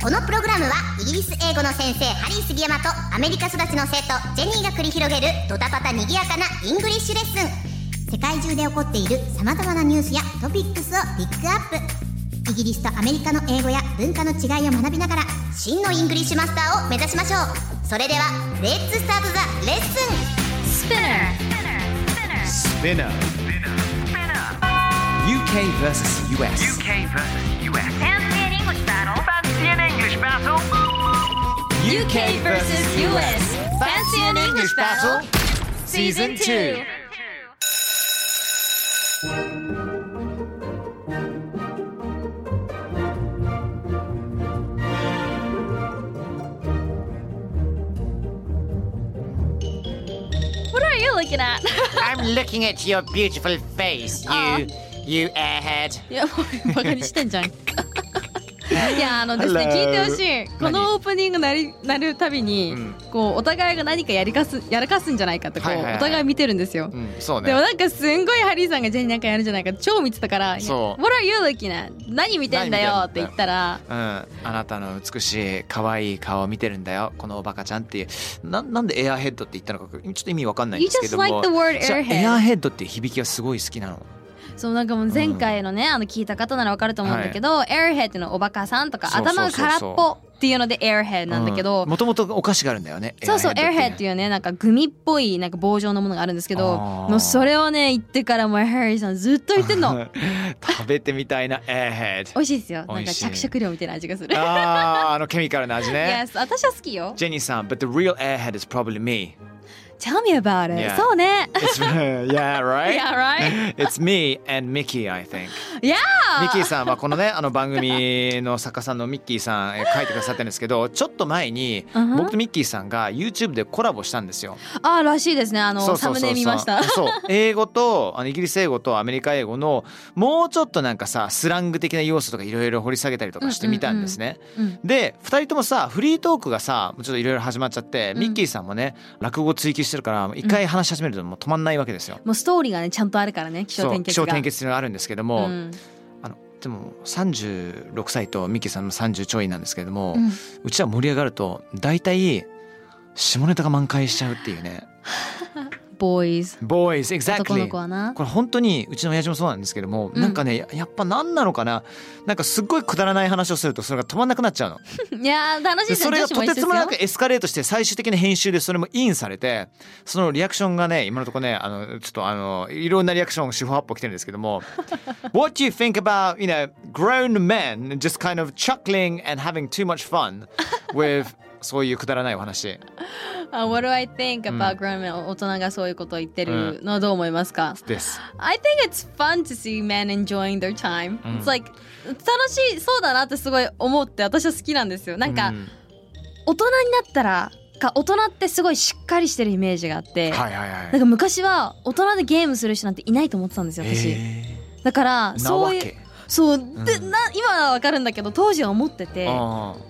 このプログラムはイギリス英語の先生ハリー杉山とアメリカ育ちの生徒ジェニーが繰り広げるドタパタにぎやかなイングリッシュレッスン世界中で起こっている様々なニュースやトピックスをピックアップイギリスとアメリカの英語や文化の違いを学びながら真のイングリッシュマスターを目指しましょうそれではレッツスタートザレッスン Spinner. UK versus US. UK versus US. Fancy an English battle. Fancy an English battle. UK versus US. Fancy an English battle. Season 2. I'm looking at your beautiful face, you you airhead. いやもうバカにしてんじゃん。いやあのですね Hello 聞いてほしいこのオープニングなりなるたびに、こうお互いが何かやりかすやらかすんじゃないかとか、はいはいはいお互い見てるんですよ、うん、そうでもね。なんかすんごいハリーさんがジェニーなんかやるんじゃないかって超見てたから「そう What are you looking at? 何見てんだよ」何見っててんだよ言ったらうん、あなたの美しい可愛い顔を見てるんだよこのおバカちゃんっていうななんでエアヘッドって言ったのかちょっと意味わかんないん You ですけ just ども like the word じゃあエア airhead ヘッドっていう響きがすごい好きなのそうなんかもう前回のね、あの聞いた方ならわかると思うんだけど、airhead のおバカさんとかそうそうそう頭が空っぽっていうので airhead なんだけど、もともとお菓子があるんだよねそうそう、エアヘッドっていういうね、なんかグミっぽいなんか棒状のものがあるんですけど、あーもうそれをね、言ってからもうハリーさんずっと言って んの。食べてみたいなエアヘッ美味しいですよ。美なん味かしい着色料みたいな味がするド。あーあのケミカルな味ね yes, 私は好きよ。ジェニーさん but the real airhead is probably me Tell me about it. Yeah. そうね。 It's- yeah right yeah, right? It's me and Mickey, I think. Yeah! ミッキーさんはこのねあの番組の作家さんのミッキーさんえー書いてくださってるんですけどちょっと前にうん僕とミッキーさんが YouTube でコラボしたんですよ。あーらしいですね。あその、うそサうムそうそうネ見ました。そう英語とあのイギリス英語とアメリカ英語のもうちょっとなんかさスラング的な要素とかいろいろ掘り下げたりとかしてみたんですね。うんで2人ともさフリートークがさちょっといろいろ始まっちゃって、うんミッキーさんもね落語追求してるから一回話し始めるともう止まんないわけですよ。もうストーリーがね、ちゃんとあるからね、気象そう点気結が。象転結っていうのがあるんですけどうも、んあのでも36歳とミッキーさんも30ちょいなんですけれども、ううんちは盛り上がると大体下ネタが満開しちゃうっていうね Boys。 Boys 男の exactly 子こはな。 れ本当にうちの親父もそうなんですけども、うんなんかねややっぱ何なのかななんかすっごいくだらない話をするとそれが止まんなくなっちゃうのいやー、楽しいでですそね。れ女が子とも一て緒つですもなくよ。エスカレートして最終的な編集でそれもインされてそのリアクションがね今のところねあのちょっとあのいろんなリアクション四方八方来てるんですけど も What do you think about you know grown men just kind of chuckling and having too much fun with そういうくだらないお話 Uh, What do I think う about ん grown men? 大人がそういうことを言ってるのはどう思いますかです。 I think it's fun to see men enjoying their time.、うん It's like 楽しそうだなってすごい思って私は好きなんですよ。なんか、うん大人になったらか大人ってすごいしっかりしてるイメージがあって、はいはいはい。なんか昔は大人でゲームする人なんていないと思ってたんですよ私。へだからーなわそういうけ。そうで、うんな今はわかるんだけど当時は思っててあ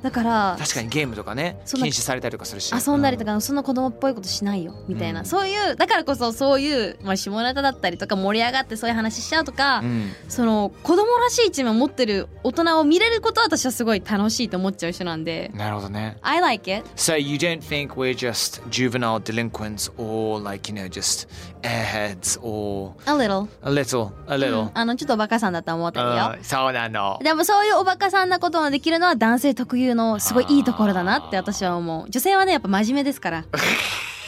ーだから確かにゲームとかねそ禁んな止されたりとかするし。遊んだりとかそんな子供っぽいことしないよみたいな、うんそういうだからこそそういう、まあ、下ネタだったりとか盛り上がってそういう話しちゃうとか、うん。その子供らしい一面を持ってる大人を見れることは私はすごい楽しいと思っちゃう人なんでなるほどね。 I like it So you don't think we're just juvenile delinquents or like you know just airheads or a little a little a うん little. あのちょっとおバカさんだと思ってるようんそうなの。でもそういうおバカさんなことができるのは男性特有のすごいいいところだなって私は思う女性はねやっぱ真面目で すから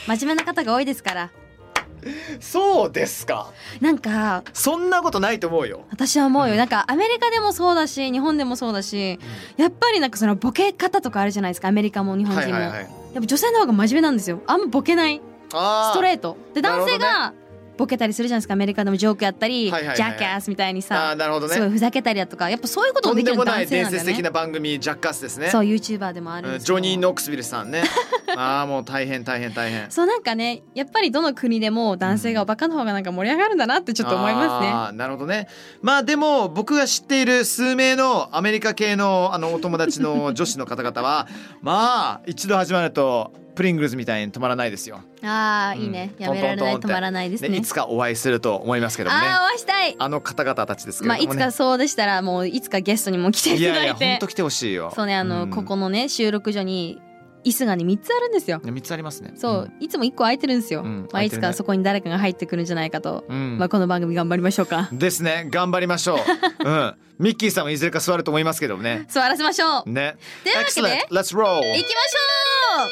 真面目な方が多いですからそうですか。なんかそんなことないと思うよ。私は思うよなんかアメリカでもそうだし日本でもそうだし、やっぱりなんかそのボケ方とかあるじゃないですかアメリカも日本人も、い。やっぱ女性の方が真面目なんですよあんまボケないあストレートでなる男ほどね性がボケたりするじゃないですかアメリカでもジョークやったり、はいはいはいはいジャッキャースみたいにあさーなるほどねすごいふざけたりだとかやっぱそういうことともでんきでるのもない男性伝なんだよ説的ねな番組ジャッカスですねそう YouTuber でもあるんうんですジけどョニー・ノックスビルさん ねああもう大変大変大変そうなんかねやっぱりどの国でも男性がおバカの方がなんか盛り上がるんだなってちょっと思いまあーなるほどねまあでも僕が知っている数名のアメリカ系のあのお友達の女子の方々は まあ一度始まるとプリングルズみたいに止まらないですよ、すねああーいいね、うんやめられなトントンいトンって止まらないですねねいつかお会いすると思いますけどもねああお会いしたいあの方々たちですけまれあどいもつね、かそうでしたらもういつかゲストにも来ていただいてやいや本当来てほしいよそうねあの、んここのね収録所に椅子がね3つあるんですよね三つありますねそう、いつも1個空いてるんですよ、うんまあ、空いいてつるねかそこに誰かが入ってくるんじゃないかと、うん、うんまあ、この番組頑張りましょうかですね頑張りま しょう、うん、ミッキーさんはいずれか座ると思いますけどもね座らせましょうねというわけで Excellent Let's roll 行きましょう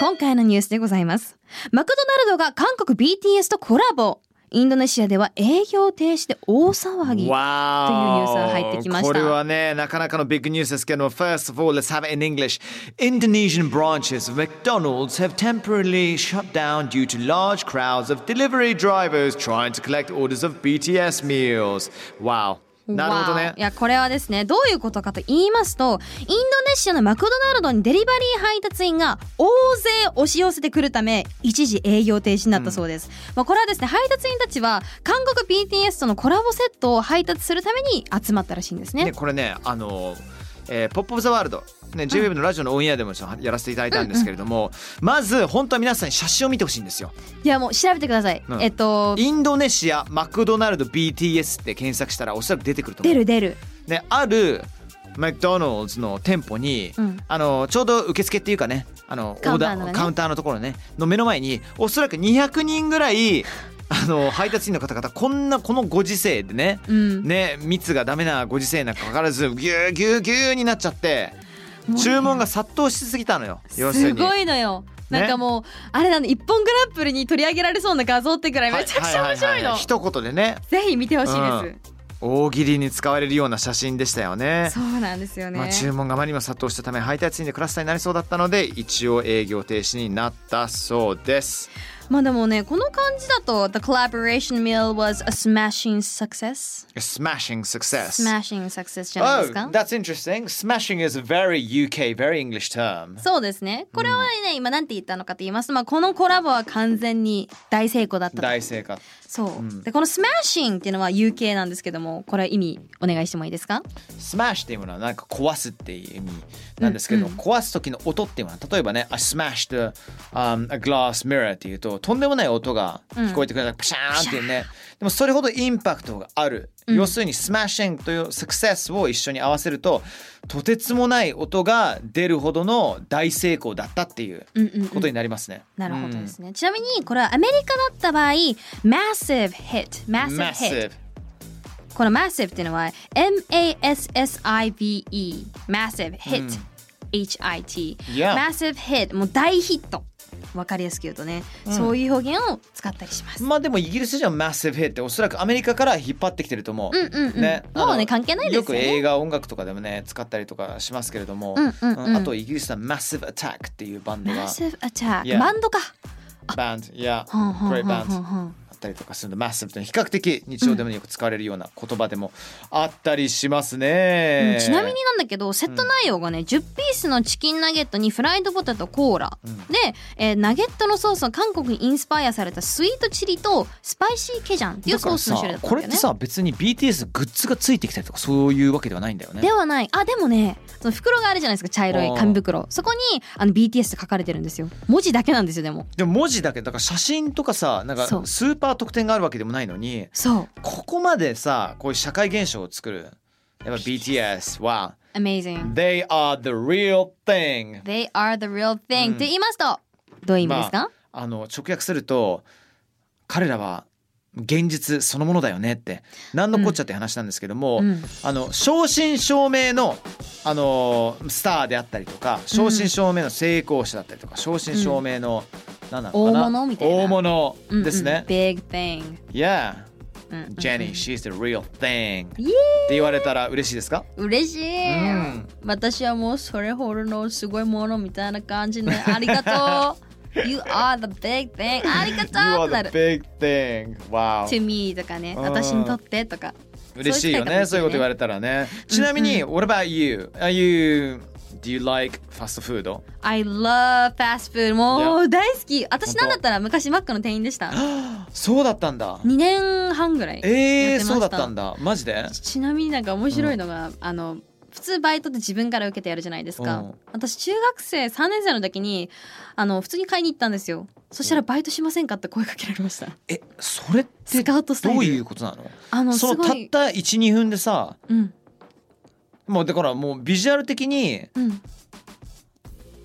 今回のニュースでございますマクドナルドが韓国 BTS とコラボインドネシアでは営業停止で大騒ぎわーおというニュースが入ってきましたこれはね、なかなかのビッグニュースですけども、First of all, let's have it in English. Indonesian branches of McDonald's have temporarily shut down due to large crowds of delivery drivers trying to collect orders of BTS meals. Wow. なるほどわねあい。やこれはですねどういうことかと言いますとインドネシアのマクドナルドにデリバリー配達員が大勢押し寄せてくるため一時営業停止になったそうです、まあ、これはですね配達員たちは韓国 BTS とのコラボセットを配達するために集まったらしいんですねね、これね、あの、えー、ポップオブザワールド。ね、JWEB のラジオのオンエアでもちょっとやらせていただいたんですけれども、まず本当は皆さんに写真を見てほしいんですよ。いやもう調べてください、うんえっとインドネシアマクドナルド BTS って検索したらおそらく出てくると思う出。る出るね、あるマクドナルドの店舗に、うんあのちょうど受付っていうかねあのカウンターのねオダカウンターのところねの目の前におそらく200人ぐらい あの配達員の方々こんなこのご時世でね、うんね密がダメなご時世なんかかからずぎゅうぎゅうぎゅうになっちゃって注文が殺到しすぎたのよ要するすに。ごいのよねなんかもう、あれなの一本グランプリに取り上げられそうな画像ってくらいはいめちゃくちゃ面白いはははの一言でねぜひ見てほしいです、うん大喜利に使われるような写真でしたよね。そうなんですよね、まあ、注文があまりにも殺到したため配達員でクラスターになりそうだったので一応営業停止になったそうです。まあでもねこの感じだと The collaboration meal was a smashing success Smashing success. smashing success じゃないで Oh, すか that's interesting. Smashing is a very UK, very English term. そうですねこれはね、今なんて言ったのかと言いますと、まあ、このコラボは完全に大成功だったと大成果。そう、でこの smashing っていうのは UK なんですけどもこれは意味お願いしてもいいですか Smash っていうものはなんか壊すっていう意味なんですけど、壊す時の音っていうのは例えばね、I smashed a, um, a glass mirror っていうととんでもない音が聞こえてくる、プシャーンっていうね。でもそれほどインパクトがある。要するに smashing という success を一緒に合わせるととてつもない音が出るほどの大成功だったっていううんうん、うんことになりますね。なるほどですね、ちなみにこれはアメリカだった場合 massive hit massive hit Massive この massive っていうのは M-A-S-S-I-V-E massive hit、H-I-T Yeah massive hit もう大ヒットわかりやすく言うとね、そういう表現を使ったりしますまあでもイギリス人はマッシブヘっておそらくアメリカから引っ張ってきてると思う。うんうんうんね、もうねあの関係ないですよねく映画音楽とかでもね使ったりとかしますけれども、うんうんうんあとイギリスはマッシブアタックっていうバンドが massive attack、 Yeah バンドかバンド、いや、ほんほんグレほイんバンほドんほんあったりとかするので、マッシブっていうのは比較的日常でもよく使われるような言葉でもあったりしますね。うんちなみになんだけどセット内容がね、10ピースのチキンナゲットにフライドポテトコーラ、で、えーナゲットのソースは韓国にインスパイアされたスイートチリとスパイシーケジャンっていうソースの種類だったんこだれよっねてさ別に BTS グッズがついてきたりとかそういうわけではないんだよねで。はないあでもねその袋があるじゃないですか茶色い紙袋そこにあの BTS って書かれてるんですよ文字だけなんですよでもでも文字だけだから写真とかさなんかスそうーパー特典があるわけでもないのに。そうここまでさこういう社会現象を作るやっぱ BTS は Amazing They are the real thing They are the real thing、うんって言いますとどういう意味ですか、まあの直訳すると彼らは現実そのものだよねって何のこっちゃって話なんですけども、うんあの正真正銘のあのスターであったりとか正真正銘の成功者だったりとか正真正銘の、何なのかな大物みたいな大物うんうんですね、 Big thing、 Yeah うんうん Jenny she's the real thing ってイエーイ言われたら嬉しいですか嬉しい、うん 私はもうそれほどのすごいものみたいな感じねありがとう You are the big thing あり You がとうってな are る the big thing. Wow. To me とかねうん私にとってとか嬉しいよね。そそうういいううこと使い方ですよね言われたらね。ちなみに、What about you? Are you do you like fast food? I love fast food もう大好き私本当なんだったら昔マックの店員でしたそうだったんだ。 2年半ぐらいえー、やってましたそうだったんだ。マジで？ちなみになんか面白いのが、あの普通バイトって自分から受けてやるじゃないですか、うん私中学生3年生の時にあの普通に買いに行ったんですよそしたらバイトしませんかって声かけられましたえ、それってスどカウトスタイルういうことなの？あのすそのごたっいた12分でさ、うんもうだからもうビジュアル的にうん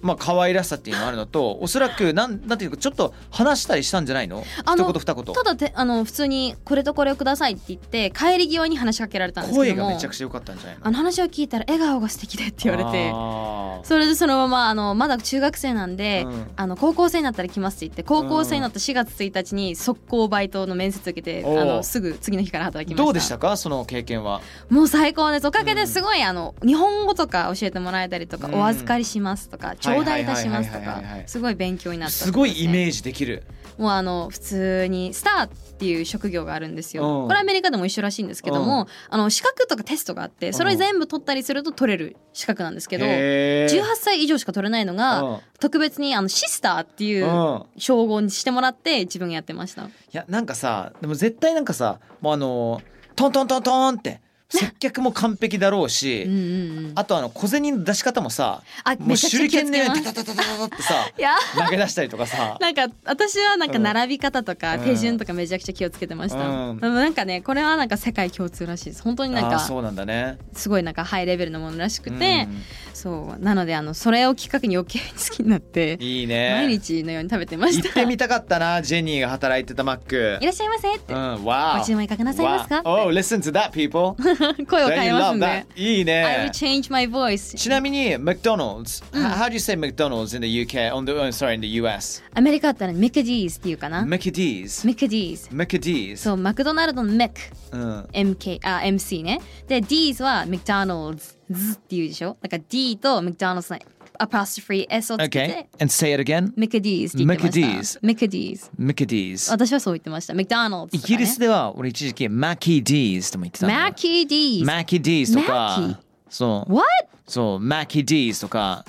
まあ可愛らしさっていうのがあるのと、おそらくなんなんていうかちょっと話したりしたんじゃないの？あの一言二言。ただてあの普通にこれとこれをくださいって言って帰り際に話しかけられたんです声けどがもめちゃくちゃ良かったんじゃないのあ？の話を聞いたら笑顔が素敵でって言われてあーそれでそのままあのまだ中学生なんで、うんあの高校生になったら来ますって言って高校生になった4月1日に速攻バイトの面接受けて、おうあのすぐ次の日から働きましたどうでしたかその経験は？もう最高ですおかげですごい、あの日本語とか教えてもらえたりとか、うんお預かりしますとか頂戴いたしますとはいはかいはいはいはいすごい勉強になったすごいイーメージできる。ジもうあの普通にスターっていう職業があるんですうんよこれアメリカでも一緒らしいんですけどもあの資格とかテストがあってそれ全部取ったりすると取れる資格なんですけどへー18歳以上しか取れないのがうん特別にあのシスターっていううん称号にしてもらって自分がやってましたいやなんかさでも絶対なんかさもうあのトントントントンって接客も完璧だろううんし、うんうんあとあの小銭の出し方もさあもうめちゃ手くちゃ裏気を剣のようつけまにタすタタタタタってさ いや投げ出したりとかさ。なんか私はなんかうん並び方とかうん手順とかめちゃくちゃ気をつけてました、うんでもなんかねこれはなんか世界共通らしいです本当に なんあーかそうなんだね。すごいなんかハイレベルなものらしくて、うそうなのであのそれをきっかけに余計に好きになってん、いい毎ね。日のように食べてました行ってみたかったなジェニーが働いてたマックい。らっしゃいませってうん、わご注文いかがなさいますか Oh, listen to that, people. 声を Don't 変え you ますん love で that? いい I will ね。 change my voice ちなみに McDonald's、how do you say McDonald's in the UK on the oh, sorry in the US アメリカだったらミクディーズっていうかな Mickey D's ミクディーズ Mickey D's そうマクドナルドのメックうん MK あ MC ねで D's は McDonald's っていうでしょだから D と McDonald's のアパストフリー S をつけて、 Okay and say it again m c d って言ってました Mc D's Mickey D's 私はそう言ってました McDonald's イギリスででは俺一時期 Mackey D's とも言ってたんだ Mackey D's Mackey D's とか Mackey？そう What? そう Mackey D's とか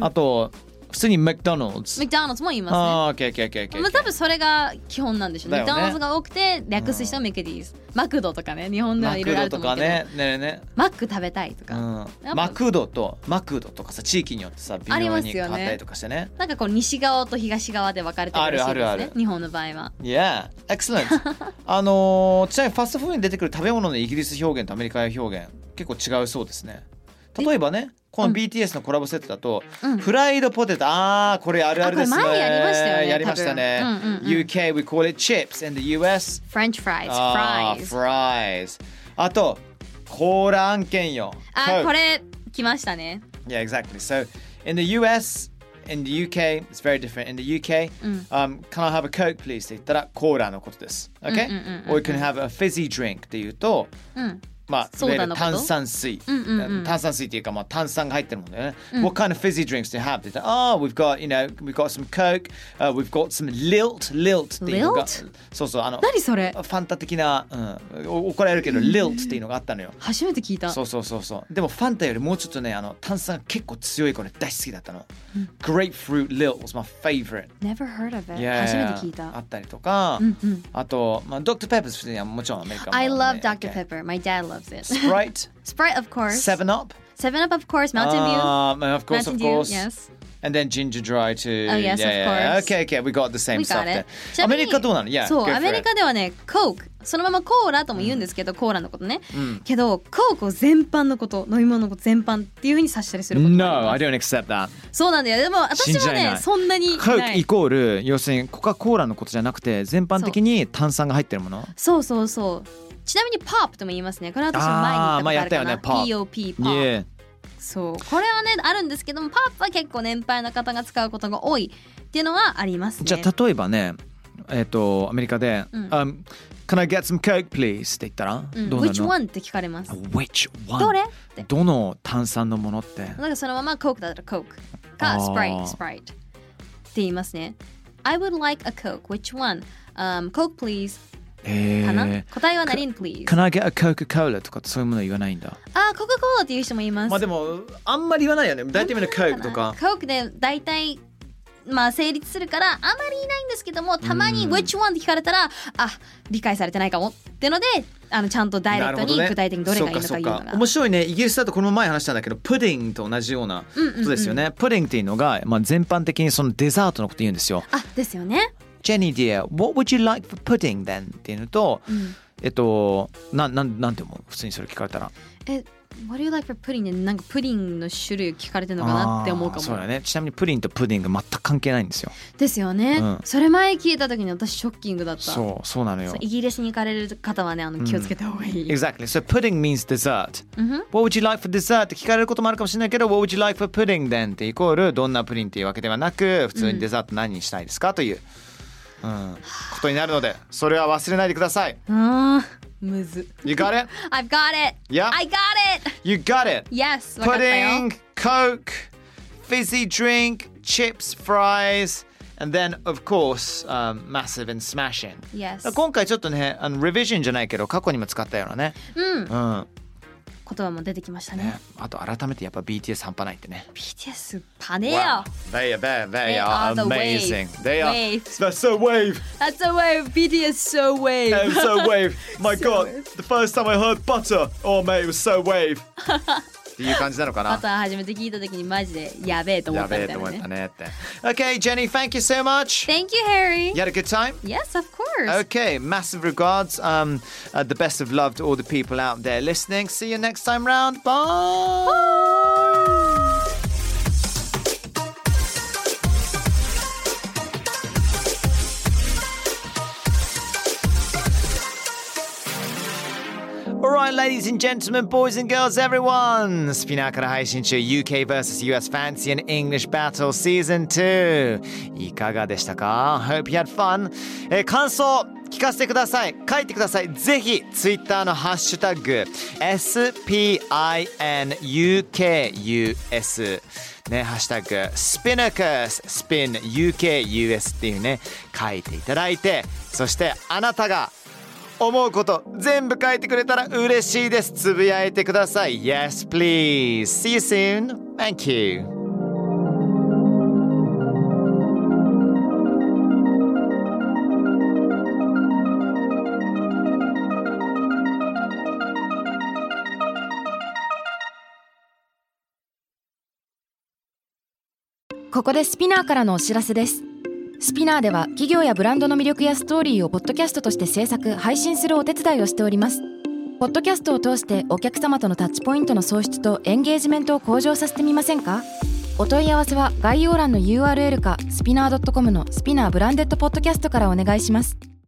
あと普通に McDonald's McDonald's も言いますねあー OK OK OK まあ、多分それが基本なんでしょうね。だよね McDonald's が多くて略す人は McD's、マクドとかね、日本ではマいろクいろあドとると思うかけねど、ねねマック食べたいとうか、んぱマクドとマクドとかさ地域によってさ微あり妙ますに変よわねったりとかしてねなんかこう西側と東側で分かれてるらしいですね。あるあるある日本の場合は。 Yeah, excellent. あのーちなみにファストフードに出てくる食べ物のイギリス表現とアメリカ表現結構違うそうですね。例えばね、この BTS のコラボセットだと、うんフライドポテト、ああこれあるあるですね。あこれ前やりましたよねやりましたね多分うんうんうん UK we call it chips in the US. French fries, あー fries。 fries あとコーラ案件よ。あ、これ来ましたね。 Yeah, exactly. So in the US, in the UK, it's very different. In the UK, um, can I have a Coke, please? って言ったらコーラのことです。Okay? うんうんうんうん Or you can have a fizzy drink って言うと、うん。まあ、ソーダのこといわゆる炭酸水、んうんうん炭酸水っていうか、まあ、炭酸が入ってるもんだよね。What eh? kind of fizzy drinks do you have? って言ったら、oh, we've got, you know, we've got some Coke,、uh, we've got some lilt, lilt uh, っていうのが Lilt？そうそう、あの、何それファンタ的な、うん、お怒られるけど、lilt っていうのがあったのよ。初めて聞いた。そうそうそうそうでもファンタよりもうちょっとねあの炭酸が結構強いこれ大好きだったの、Grapefruit Lilt was my favorite Never heard of it. いやい初やめて聞いあた。ったりとか、うんうん。あと、まあ、Dr. Pepper's 普通にはもちろんアメリカも、 I love Dr. Okay Pepper. My dad loves it. Sprite Sprite, of course. Seven Up Seven Up, of course. Mountain Dew. Um, of course Mountain of Dew, course yes. and then Ginger Dry too Oh, yes, yeah, of yeah, course. yeah. okay okay we got the same We stuff got it. there アメリカどうなの Yeah そう go for アメリ it. カではね、コークそのままコーラとも言うんですけど、コーラのことね。けどコークを全般のこと、飲み物のこと全般っていう風に指したりすることもあり No ま I す。 don't accept that そうなんだよ。でも信私じらはれないね、そんなにいな Coke イい。コール要するにコカ・コーラのことじゃなくて全般的に炭酸が入ってるものそうそうそう。ちなみにポップとも言いますね。これは私もあー前に言ったことあるかまあな。や POP、ポップ。 Yeah そうこれはねあるんですけどもパープは結構年配の方が使うことが多いっていうのはありますねじゃあ例えばねえっ、とアメリカで、う um, ん Can I get some Coke please? って言ったら、うんどうなる Which の one? って聞かれます Which one? どれってどの炭酸のものってなんかそのままコークだったらコークかあスープライトスプライトってて言いますね。I would like a Coke. Which one?、Um, Coke please. えかな、ー、答えは Narin please. Can I get a Coca-Cola とかってそういうもの言わないんだ。あー、コカ・コーラっていう人もいます。まあでも、あんまり言わないよね。大体みんな Coke と か。 Coke で大体、まあ、成立するからあまりいないんですけどもたまに「Which one?」って聞かれたらあ理解されてないかもってのであのちゃんとダイレクトに具体的にどれがいいのかそう言うかのそうがか面白いねイギリスだとこの前話したんだけどプディングと同じようなことですよね、プディングっていうのが、まあ、全般的にそのデザートのこと言うんですよあですよね Jenny dear what would you like for pudding then っていうのと、えっとなんなんなんて思う普通にそれ聞かれたらえ What do you like for pudding? でなんかプリンの種類聞かれてるのかなって思うかあーもそうだねちなみにプリンとプディング全く関係ないんですよですよね、うんそれ前聞いた時に私ショッキングだったそうそうなのよそうイギリスに行かれる方はねあの気をつけた方がいい、 Exactly so pudding means dessert うんふん What would you like for dessert? って聞かれることもあるかもしれないけど What would you like for pudding then? ってイコールどんなプリンっていうわけではなく普通にデザート何にしたいですかという、うん、ことになるのでそれは忘れないでくださいあーむず You got it? I've got it! Yeah. I got it! You got it! Yes! わかったよ Pudding, Coke, fizzy drink, chips, fries and then of course、um, massive and smashing Yes 今回ちょっとねあの revision じゃないけど過去にも使ったようなねうんうん言葉も出てきましたねねあと改めてやっぱ BTS 半端ないってね BTS パネよ、 Wow. They are they, they They are are the amazing. wave. They are Wave. they're so wave. That's the way BTS so way They're so wave. My god. The first time I heard butter. Oh mate, it was so wave. っていう感じなのか ま な。た初めて聞いた時にマジでやべえと思やったべえみたとい思なったねねって。Okay, Jenny, thank you so much. Thank you Harry You had a good time? Yes of course Okay, massive regards. Um, uh, the best of love to all the people out there listening. See you next time round. Bye. Alright, ladies and gentlemen, boys and girls, everyone! スピナーから配信中 UK vs.US Fancy and English Battle Season 2! いかがでしたか ?Hope you had fun! えー感想聞かせてください書いてくださいぜひ Twitter のハッシュタグ SPINUKUS ね、ハッシュタグスピナカススピン UKUS っていうね書いていただいてそしてあなたが思うこと全部書いてくれたら嬉しいですつぶやいてください Yes please See you soon Thank you Podcast ここでスピナーからのお知らせですスピナーでは企業やブランドの魅力やストーリーをポッドキャストとして制作配信するお手伝いをしておりますポッドキャストを通してお客様とのタッチポイントの創出とエンゲージメントを向上させてみませんかお問い合わせは概要欄の URL かスピナー .com のスピナーブランデッドポッドキャストからお願いします